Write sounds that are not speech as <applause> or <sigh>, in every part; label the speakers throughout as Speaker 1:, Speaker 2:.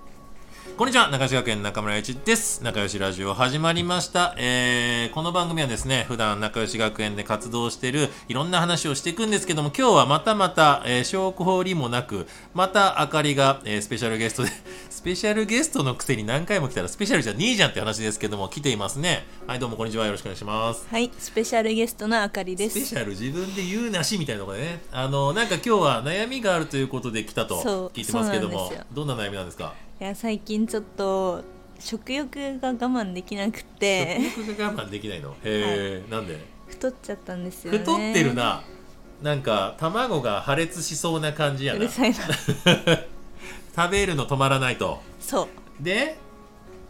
Speaker 1: んにちは、中志学園中村一です。仲良しラジオ始まりました。えー、この番組はですね、普段仲良し学園で活動しているいろんな話をしていくんですけども、今日はまたまた、えー証拠りもなく、またあかりが、えースペシャルゲストで、 <laughs> スペシャルゲストのくせに何回も来たらスペシャルじゃねえじゃんって話ですけども、来ていますね。はい、どうもこんにちは。よろしくお願いします。
Speaker 2: はい、スペシャルゲストのあかりで
Speaker 1: スペシ
Speaker 2: す。
Speaker 1: ャル自分で言うなしみたいなところでねあのなんか今日は悩みがあるということで来た
Speaker 2: そう
Speaker 1: と聞いてますけど
Speaker 2: そうな
Speaker 1: も
Speaker 2: んですよ
Speaker 1: どんな悩みなんですか
Speaker 2: いや、最近ちょっと食欲が我慢できなくて、
Speaker 1: 食欲が我慢できないのへえ、なんで
Speaker 2: 太っちゃったんですよね。
Speaker 1: 太ってる。ななんか卵が破裂しそうな感じや
Speaker 2: う
Speaker 1: な
Speaker 2: る
Speaker 1: 食
Speaker 2: さいな。
Speaker 1: べるの止まらないと
Speaker 2: そう、
Speaker 1: で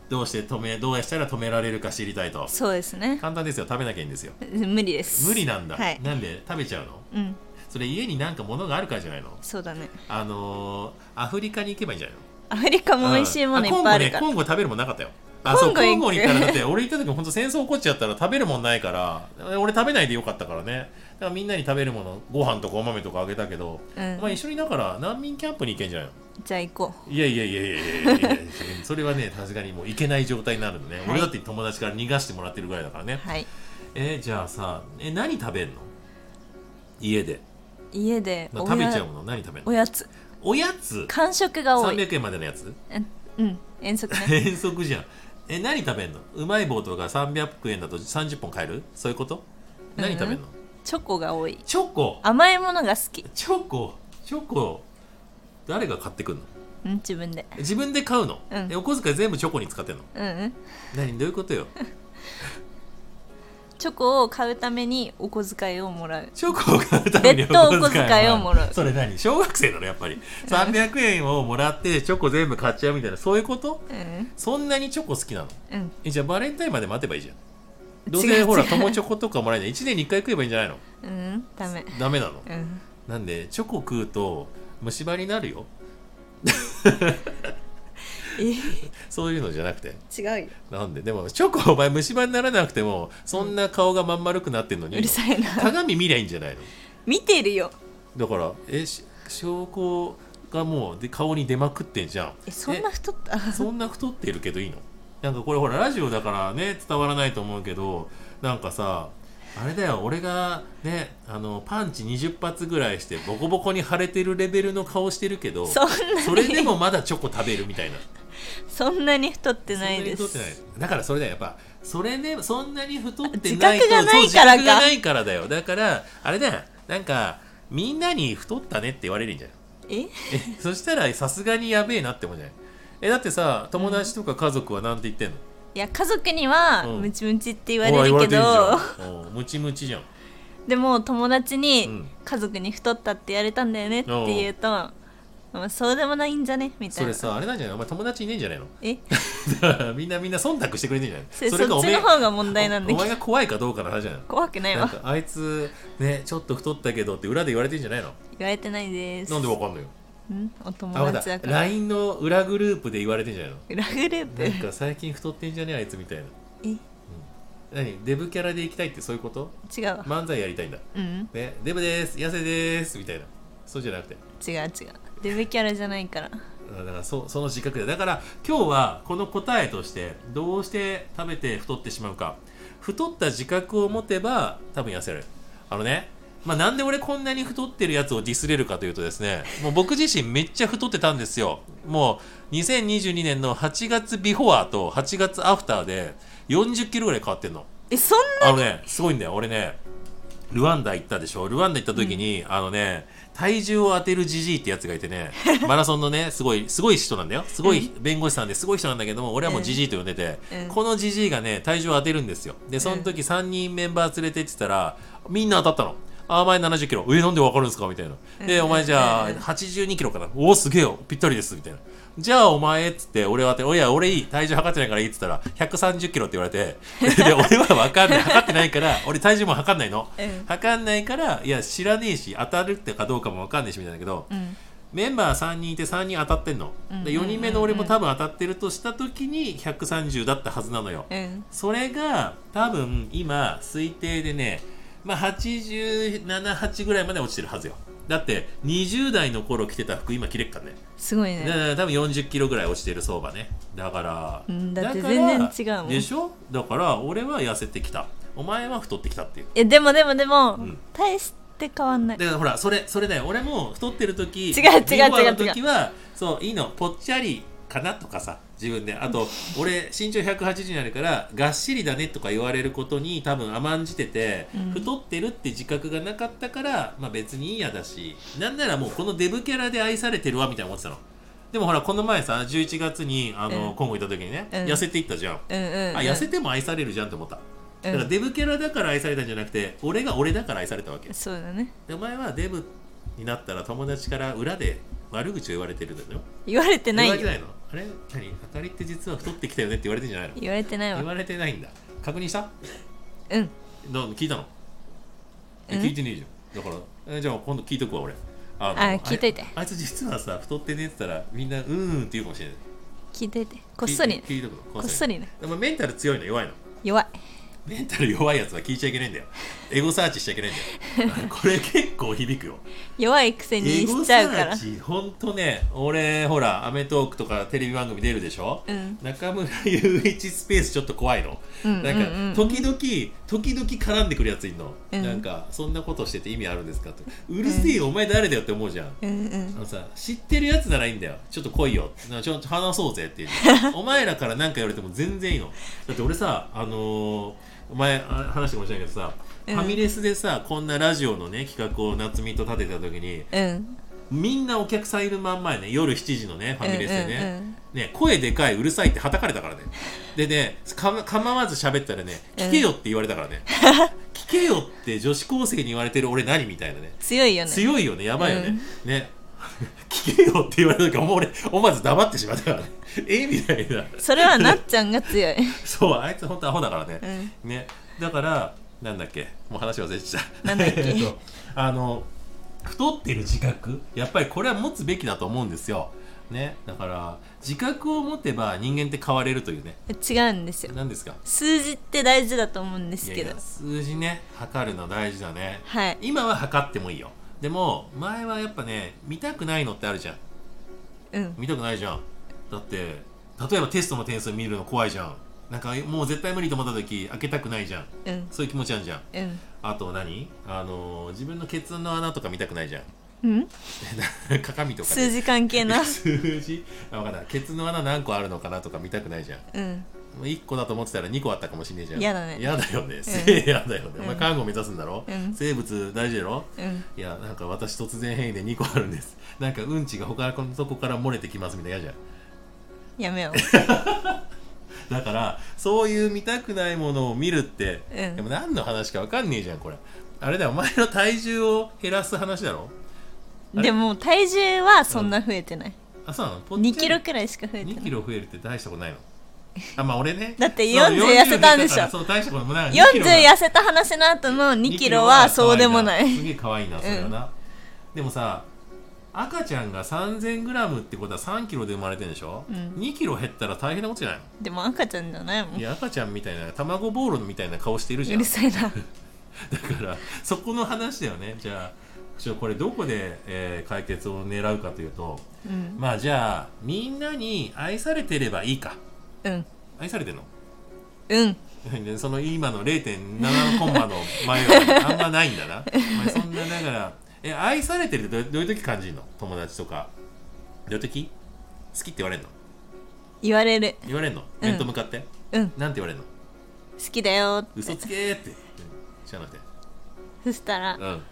Speaker 1: どうして止めどうしたら止められるか知りたいと
Speaker 2: そうですね。
Speaker 1: 簡単ですよ食べなきゃいいんですよ
Speaker 2: 無理です。
Speaker 1: 無理なんだ、
Speaker 2: はい。
Speaker 1: なんで食べちゃうの
Speaker 2: うん、
Speaker 1: それ家になんか物があるからじゃないの
Speaker 2: そうだね。
Speaker 1: あのーアフリカに行けばいいんじゃないの
Speaker 2: アフリカも美味しいものいっぱいあるか
Speaker 1: あコンゴね
Speaker 2: ら。
Speaker 1: コンゴ食べるもんなかったよあ
Speaker 2: コ
Speaker 1: そう
Speaker 2: ンゴ
Speaker 1: コ
Speaker 2: 行く
Speaker 1: ンゴに行ったらだって俺行った時も本当戦争起こっちゃったら食べるもんないから俺食べないでよかったからねだからみんなに食べるものご飯とかお豆とかあげたけど、
Speaker 2: うん
Speaker 1: まあ、一緒にだから難民キャンプに行けんじゃないの
Speaker 2: じゃあ行こ
Speaker 1: いやいやいやいやいやいやいやそれはねさすがにもう行けない状態になるのね、
Speaker 2: はい
Speaker 1: 俺だって友達から逃がしてもらってるぐらいだからね
Speaker 2: う。、はい。
Speaker 1: えーじゃあさえ何食べんの家で
Speaker 2: 家で
Speaker 1: な
Speaker 2: お
Speaker 1: 食べちゃう
Speaker 2: や
Speaker 1: もの何食べん
Speaker 2: お
Speaker 1: の
Speaker 2: やつ、
Speaker 1: おやつ
Speaker 2: 間食が多い。
Speaker 1: 300円までのやつ
Speaker 2: えうん、遠足ね。
Speaker 1: 変則じゃんえ何食べんのうまい棒とか300円だと30本買えるそういうこと何食べんの、
Speaker 2: チョコが多い。
Speaker 1: チョコ
Speaker 2: 甘いものが好き。
Speaker 1: チョコチョコ誰が買ってくんの
Speaker 2: うん、自分で。
Speaker 1: 自分で買うの、
Speaker 2: うん
Speaker 1: えお小遣い全部チョコに使ってんの
Speaker 2: うんうん。
Speaker 1: 何どういうことよ
Speaker 2: チョコを買うためにお小遣いをもらう。
Speaker 1: チョコを買うために
Speaker 2: <laughs> 別途お小遣いをもらう
Speaker 1: それ何小学生なのやっぱり300円をもらってチョコ全部買っちゃうみたいなそういうこと
Speaker 2: うん
Speaker 1: そんなにチョコ好きなの
Speaker 2: うん。
Speaker 1: えじゃあバレンタインまで待てばいいじゃんどう
Speaker 2: 違
Speaker 1: せ
Speaker 2: う
Speaker 1: ほら
Speaker 2: 違う
Speaker 1: 友チョコとかもらえない1年に1回食えばいいんじゃないの
Speaker 2: うん、ダメ。
Speaker 1: ダメなの
Speaker 2: うん。
Speaker 1: なんでチョコ食うと虫歯になるよそういうのじゃなくて
Speaker 2: 違うよ。
Speaker 1: なんででもチョコお前虫歯にならなくてもそんな顔がまん丸くなってんのに、
Speaker 2: うるさいな。
Speaker 1: 鏡見りゃいいんじゃないの
Speaker 2: 見てるよ。
Speaker 1: だからえし証拠がもうで顔に出まくってんじゃん
Speaker 2: え、そんな太った。
Speaker 1: えそんな太ってるけどいいのなんかこれほらラジオだからね伝わらないと思うけどなんかさあれだよ俺がねあのパンチ20発ぐらいしてボコボコに腫れてるレベルの顔してるけど
Speaker 2: そんなに
Speaker 1: それでもまだチョコ食べるみたいな。
Speaker 2: そんなに太ってないで
Speaker 1: そんなに太
Speaker 2: す。
Speaker 1: ってない。だからそれだよ、やっぱ、それで、そんなに太ってないと、
Speaker 2: 自覚がないからか
Speaker 1: そう自覚がないからだよ。だから、あれだよ、なんか、みんなに太ったねって言われるんじゃない
Speaker 2: え、
Speaker 1: え、そしたら、さすがにやべえなって思うじゃないえ、だってさ、友達とか家族はなんて言ってんの、
Speaker 2: いや、家族には
Speaker 1: うん
Speaker 2: ムチムチって言
Speaker 1: ほ
Speaker 2: わ
Speaker 1: ら言
Speaker 2: れる
Speaker 1: わ
Speaker 2: け
Speaker 1: れてるじゃ
Speaker 2: ど。
Speaker 1: ん。おうムチムチじゃん。
Speaker 2: でも、友達
Speaker 1: う
Speaker 2: に
Speaker 1: ん
Speaker 2: 家族に太ったって言われたんだよねって言うと。まあ、そうでもないんじゃねみた
Speaker 1: そ
Speaker 2: いな
Speaker 1: れ。さ、あれなんじゃないお前友達いねえんじゃないの <laughs>
Speaker 2: え、
Speaker 1: みんなみんな忖度してくれてんじゃない
Speaker 2: そそ
Speaker 1: れか
Speaker 2: っ
Speaker 1: お
Speaker 2: ち
Speaker 1: めえ
Speaker 2: の方が問題なんだ
Speaker 1: お
Speaker 2: け
Speaker 1: 前
Speaker 2: ど。
Speaker 1: が怖いかどうかの話じゃないの
Speaker 2: 怖くない
Speaker 1: なん
Speaker 2: わ。
Speaker 1: かあいつねちょっと太ったけどって裏で言われてんじゃないの
Speaker 2: 言われてないです。
Speaker 1: なんでわかんないよ
Speaker 2: うん、お
Speaker 1: あ
Speaker 2: 友
Speaker 1: まだ
Speaker 2: 達だから。ラ
Speaker 1: LINE の裏グループで言われてんじゃないの
Speaker 2: グループ。
Speaker 1: なんか最近太ってんじゃねえあいつみたいな
Speaker 2: え、違
Speaker 1: 何デブキャラで行きたいってそういう
Speaker 2: <laughs>
Speaker 1: こと
Speaker 2: うわ。
Speaker 1: 漫才やりたいんだ
Speaker 2: うん、
Speaker 1: ねデブです痩せですみたいなそうじゃなくて
Speaker 2: 違う違う。デブキャラじゃないから。
Speaker 1: あだからそその自覚でだから今日はこの答えとしてどうして食べて太ってしまうか太った自覚を持てば多分痩せるあのねまあなんで俺こんなに太ってるやつをディスれるかというとですねもう僕自身めっちゃ太ってたんですよもう2022年の8月ビフォアと8月アフターで40キロぐらい変わってんの
Speaker 2: え、そん
Speaker 1: あのね、すごいんだよ。俺ね、ルワンダ行ったでしょ。ルワンダ行った時に、あのね、体重を当てるジジイってやつがいて
Speaker 2: <laughs>
Speaker 1: ね、マラソンのね、すごい、すごい人なんだよ。すごい弁護士さんですごい人なんだけども、俺はもうジジイと呼んでて、
Speaker 2: うん
Speaker 1: このジジイがね、体重を当てるんですよ。で、その時3人メンバー連れてってたら、みんな当たったの。あー前70キロ。え、なんでわかるんですかみたいな。で、
Speaker 2: うん
Speaker 1: お前じゃあ
Speaker 2: うん
Speaker 1: 82キロかな。おお、すげえよ。ぴったりです。みたいな。じゃあお前っつって、俺は当て、おいや、俺いい。体重測ってないからいいっつったら、130キロって言われて、 <laughs> で、で俺はわかんない。測ってないから、俺体重も測んないの。
Speaker 2: うん
Speaker 1: 測んないから、いや、知らねえし、当たるってかどうかもわかんないし、みたいなんだけど、
Speaker 2: うん。
Speaker 1: メンバー3人いて3人当たってんの。で4人目の俺も多分当たってるとした時に、130だったはずなのよ。
Speaker 2: うん。
Speaker 1: それが多分今推定でねまあ878ぐらいまで落ちてるはずよだって20代の頃着てた服今着れっかね
Speaker 2: すごい
Speaker 1: だ
Speaker 2: ね
Speaker 1: から多分40キロぐらい落ちてる相場ねだから
Speaker 2: うんだって
Speaker 1: から
Speaker 2: 全然違うもん
Speaker 1: でしょだから俺は痩せてきたお前は太ってきたっていう
Speaker 2: えでもでもでも、
Speaker 1: ん
Speaker 2: 大して変わんない
Speaker 1: だからほらそれそれだよ俺も太ってる時
Speaker 2: 違う違う違う
Speaker 1: ビワの時はそういいのぽっちゃりかなとかさ自分であと俺身長180になるからがっしりだねとか言われることに多分甘んじてて、
Speaker 2: うん
Speaker 1: 太ってるって自覚がなかったから、まあ、別にいいやだしなんならもうこのデブキャラで愛されてるわみたいな思ってたのでもほらこの前さ11月にあの、
Speaker 2: うん
Speaker 1: 今後行った時にね、
Speaker 2: うん
Speaker 1: 痩せていったじゃん、
Speaker 2: うんうんうん、
Speaker 1: あ痩せても愛されるじゃんって思っただから
Speaker 2: うん
Speaker 1: デブキャラだから愛されたんじゃなくて俺が俺だから愛されたわけ
Speaker 2: そうだね
Speaker 1: でお前はデブになったら友達から裏で悪口を言われてるんだよ。
Speaker 2: 言われてない
Speaker 1: 言われてな
Speaker 2: よ
Speaker 1: いのあれ何あかりって実は太ってきたよねって言われてんじゃないの
Speaker 2: 言われてない
Speaker 1: 言
Speaker 2: わ
Speaker 1: われてないんだ。確認した
Speaker 2: うん
Speaker 1: どう聞いたのえ
Speaker 2: うん
Speaker 1: 聞いてねえじゃん。だから、えじゃあ今度聞いとくわ俺。あの
Speaker 2: あ聞いといて
Speaker 1: ああいつ実はさ、太ってねえって言ったらみんなうーんって言うかもしれない。
Speaker 2: 聞いといてこっそりね
Speaker 1: 聞い聞いとくわ
Speaker 2: こっそりね
Speaker 1: でもメンタル強いの弱いの
Speaker 2: 弱い
Speaker 1: メンタル弱いやつは聞いちゃいけないんだよ。エゴサーチしちゃいけないん
Speaker 2: <laughs>
Speaker 1: だよ。これ結構響くよ。
Speaker 2: 弱いくせに
Speaker 1: エ
Speaker 2: し
Speaker 1: ゴ
Speaker 2: ち
Speaker 1: サ
Speaker 2: ゃうから
Speaker 1: ーチほんとね俺ほら『アメトーーク』とかテレビ番組出るでしょ、
Speaker 2: うん
Speaker 1: 中村雄一スペースちょっと怖いの、
Speaker 2: うん
Speaker 1: なん
Speaker 2: うんうん
Speaker 1: か時々時々絡んでくるやついんの、
Speaker 2: うん
Speaker 1: なんかそんなことしてて意味あるんですかってうるせえよ、お前誰だよって思うじゃん
Speaker 2: うんう
Speaker 1: あ
Speaker 2: ん
Speaker 1: のさ知ってるやつならいいんだよちょっと来いよなちょっと話そうぜって
Speaker 2: <laughs>
Speaker 1: いうお前らから何か言われても全然いいのだって俺さあのーお前あ話したかもしれないけどさ、
Speaker 2: うん
Speaker 1: ファミレスでさこんなラジオのね企画を夏美と立てた時に
Speaker 2: うん
Speaker 1: みんなお客さんいるまんまやね夜7時のねファミレスでね、
Speaker 2: うんうん
Speaker 1: ね声でかいうるさいってはたかれたからねでねかま構わず喋ったらね
Speaker 2: うん
Speaker 1: 聞けよって言われたから
Speaker 2: <laughs>
Speaker 1: ね、聞けよって女子高生に言われてる俺何みたいなね
Speaker 2: 強いよね
Speaker 1: 強いよねやばいよね、ね <laughs> 聞けよって言われた時もう俺思わず黙ってしまったからねえみたいな
Speaker 2: それはなっちゃんが
Speaker 1: <laughs>
Speaker 2: 強い
Speaker 1: そうあいつ本当アホだからね、
Speaker 2: うん
Speaker 1: ねだからなんだっけもう話忘れちゃった
Speaker 2: なんだっけ
Speaker 1: <laughs> えとあの太ってる自覚やっぱりこれは持つべきだと思うんですよねだから自覚を持てば人間って変われるというね
Speaker 2: 違うんですよ
Speaker 1: 何ですか
Speaker 2: 数字って大事だと思うんです
Speaker 1: い
Speaker 2: け
Speaker 1: やい
Speaker 2: ど
Speaker 1: や数字ね測るの大事だね
Speaker 2: はい
Speaker 1: 今は測ってもいいよでも前はやっぱね見たくないのってあるじゃん
Speaker 2: うん
Speaker 1: 見たくないじゃんだって例えばテストの点数見るの怖いじゃんなんかもう絶対無理と思った時開けたくないじゃん
Speaker 2: うん
Speaker 1: そういう気持ちあるじゃん
Speaker 2: うん
Speaker 1: あと何あのー自分のケツの穴とか見たくないじゃん <laughs>
Speaker 2: うん
Speaker 1: 鏡とかね
Speaker 2: 数字関係な
Speaker 1: 数字あ分かんないケツの穴何個あるのかなとか見たくないじゃん
Speaker 2: うん
Speaker 1: 1個だと思ってたら2個あったかもしんねえじゃん
Speaker 2: 嫌だね
Speaker 1: 嫌だよねせいやだよね、お前看護目指すんだろ、
Speaker 2: うん
Speaker 1: 生物大事だろ
Speaker 2: うん
Speaker 1: いやなんか私突然変異で2個あるんですなんかうんちが他のとこから漏れてきますみたいな嫌じゃん
Speaker 2: やめよ
Speaker 1: だからそういう見たくないものを見るって、
Speaker 2: うん
Speaker 1: でも何の話か分かんねえじゃんこれあれだよお前の体重を減らす話だろ <laughs> あ
Speaker 2: う
Speaker 1: れ
Speaker 2: でも体重はそんな増えてない
Speaker 1: あそうなのポッチャリ
Speaker 2: 2キロくらいしか増えて
Speaker 1: 2
Speaker 2: な
Speaker 1: キ
Speaker 2: い
Speaker 1: ロ増えるって大したことないのあまあ俺ね
Speaker 2: だって
Speaker 1: そう
Speaker 2: 40痩せたんでし
Speaker 1: 40だか
Speaker 2: ょ
Speaker 1: らそう大したこともない
Speaker 2: 40
Speaker 1: せ
Speaker 2: 痩せた話の後の2キロはそうでもない
Speaker 1: すげえ可愛いなそれはな、でもさ赤ちゃんが 3000g ってことは 3kg で生まれてるんでしょ、
Speaker 2: うん
Speaker 1: 2キロ減ったら大変なことじゃない
Speaker 2: でも赤ちゃんじゃないも
Speaker 1: の
Speaker 2: ん
Speaker 1: いうや赤ちゃんみたいな卵ボールみたいな顔してるじゃん
Speaker 2: るさ
Speaker 1: <laughs>
Speaker 2: いな
Speaker 1: だからそこの話だよねじゃあちょこれどこで、えー解決を狙うかというと
Speaker 2: うん
Speaker 1: まあじゃあみんなに愛されてればいいか
Speaker 2: うん
Speaker 1: 愛されてんの <laughs>
Speaker 2: うん
Speaker 1: でその今の0.7コンマの前はあんまないんだ
Speaker 2: <laughs>
Speaker 1: なお前そんなだからえ愛されてるってどどういう時感じるの友達とかどういう時好きって言われんの
Speaker 2: 言われる
Speaker 1: 言われんの
Speaker 2: うん
Speaker 1: 面と向かって、
Speaker 2: うん好
Speaker 1: なんて言われんの
Speaker 2: きだよって
Speaker 1: 嘘つけーってうん知らなくて
Speaker 2: そしたら
Speaker 1: うん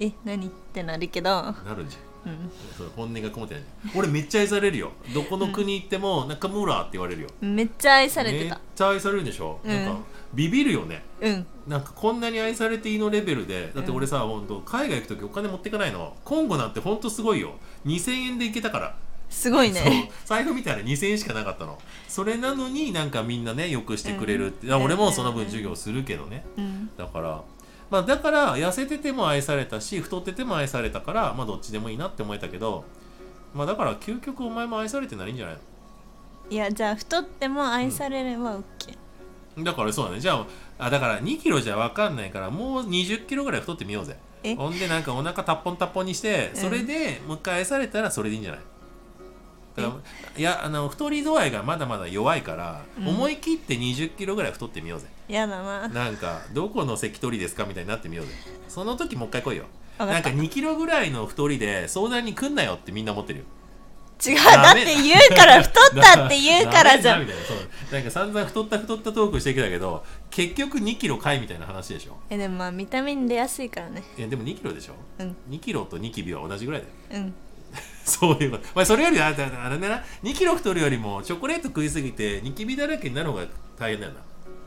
Speaker 2: え何ってなるけど
Speaker 1: なるんじゃん
Speaker 2: うん
Speaker 1: そう本音がこもってない俺めっちゃ愛されるよどこの国行っても中村って言われるよ
Speaker 2: めっちゃ愛され
Speaker 1: め
Speaker 2: て
Speaker 1: ったちゃ愛されるんでしょ、
Speaker 2: うん
Speaker 1: なんかビビるよね
Speaker 2: うん
Speaker 1: なんかこんなに愛されていいのレベルでだって俺さ、ほんと海外行く時お金持ってかないの今後なんてほんとすごいよ2000円で行けたから
Speaker 2: すごい
Speaker 1: そう
Speaker 2: ね
Speaker 1: 財布見たら2000円しかなかったのそれなのになんかみんなねよくしてくれるって、だから俺もその分授業するけどね
Speaker 2: うん
Speaker 1: だからまあだから痩せてても愛されたし太ってても愛されたからまあどっちでもいいなって思えたけどまあだから究極お前も愛されてならいいんじゃない
Speaker 2: いやじゃあ太っても愛されれば OK
Speaker 1: のだからそうだねじゃああだから2キロじゃ分かんないからもう2 0キロぐらい太ってみようぜ
Speaker 2: え
Speaker 1: ほんでなんかお腹たっぽんたっぽんにして
Speaker 2: うん
Speaker 1: それでもう一回愛されたらそれでいいんじゃないだからいやあの太り度合いがまだまだ弱いから、
Speaker 2: うん
Speaker 1: 思い切って2 0キロぐらい太ってみようぜ
Speaker 2: やだな
Speaker 1: なんかどこの関取ですかみたいになってみようぜその時もう一回来いよ
Speaker 2: わ
Speaker 1: な
Speaker 2: かっ
Speaker 1: んか
Speaker 2: た違う
Speaker 1: 2キロぐらいの太りで相談に来んなよってみんな思ってるよ
Speaker 2: だって言うから太ったって言うから
Speaker 1: <laughs>
Speaker 2: じゃ
Speaker 1: ダメ
Speaker 2: ん
Speaker 1: だみたいなそうなんか散々太った太ったトークしてきたけど結局2キロかいみたいな話でしょ
Speaker 2: えでもまあ見た目に出やすいからね
Speaker 1: いやでも2キロでしょ
Speaker 2: うん
Speaker 1: 2キロとニキビは同じぐらいだよ <laughs>
Speaker 2: うん
Speaker 1: そういうこと、まあ、それよりあだだあれだな2キロ太るよりもチョコレート食いすぎてニキビだらけになる方が大変だよな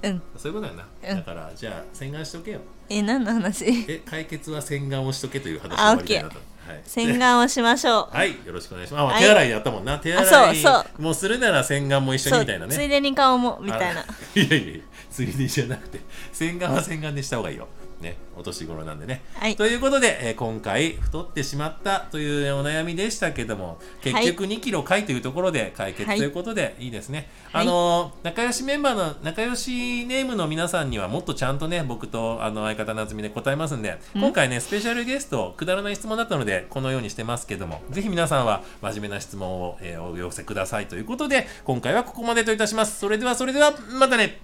Speaker 2: うん
Speaker 1: そういうことだよな、
Speaker 2: うん
Speaker 1: だからじゃあ洗顔しとけよ
Speaker 2: え何の話 <laughs>
Speaker 1: え解決は洗顔をしとけという話終わ
Speaker 2: あ
Speaker 1: りたいなと、はい、
Speaker 2: 洗顔をしましょ
Speaker 1: <laughs>
Speaker 2: う
Speaker 1: はい、よろしくお願いします。あ、まあ
Speaker 2: はい
Speaker 1: 手洗いやったもんな。手洗
Speaker 2: あ
Speaker 1: い
Speaker 2: そう
Speaker 1: もうするなら洗顔も一緒に
Speaker 2: そう
Speaker 1: みたいな
Speaker 2: つい
Speaker 1: ね。
Speaker 2: でに顔もみたいな
Speaker 1: あ。 <laughs> いやいやいや、ついでじゃなくて、洗顔は洗顔でした方がいいよ。ね、お年頃なんでね。
Speaker 2: はい
Speaker 1: ということで、えー今回太ってしまったというお悩みでしたけども、結局2キロ回というところで解決
Speaker 2: はい
Speaker 1: ということで、いいですね。
Speaker 2: はい
Speaker 1: あのー仲良しメンバーの仲良しネームの皆さんにはもっとちゃんとね、僕とあの相方なずみで答えますんで、
Speaker 2: うん
Speaker 1: 今回ねスペシャルゲストくだらない質問だったのでこのようにしてますけども、ぜひ皆さんは真面目な質問を、えーお寄せくださいということで、今回はここまでといたします。それではそれではまたね。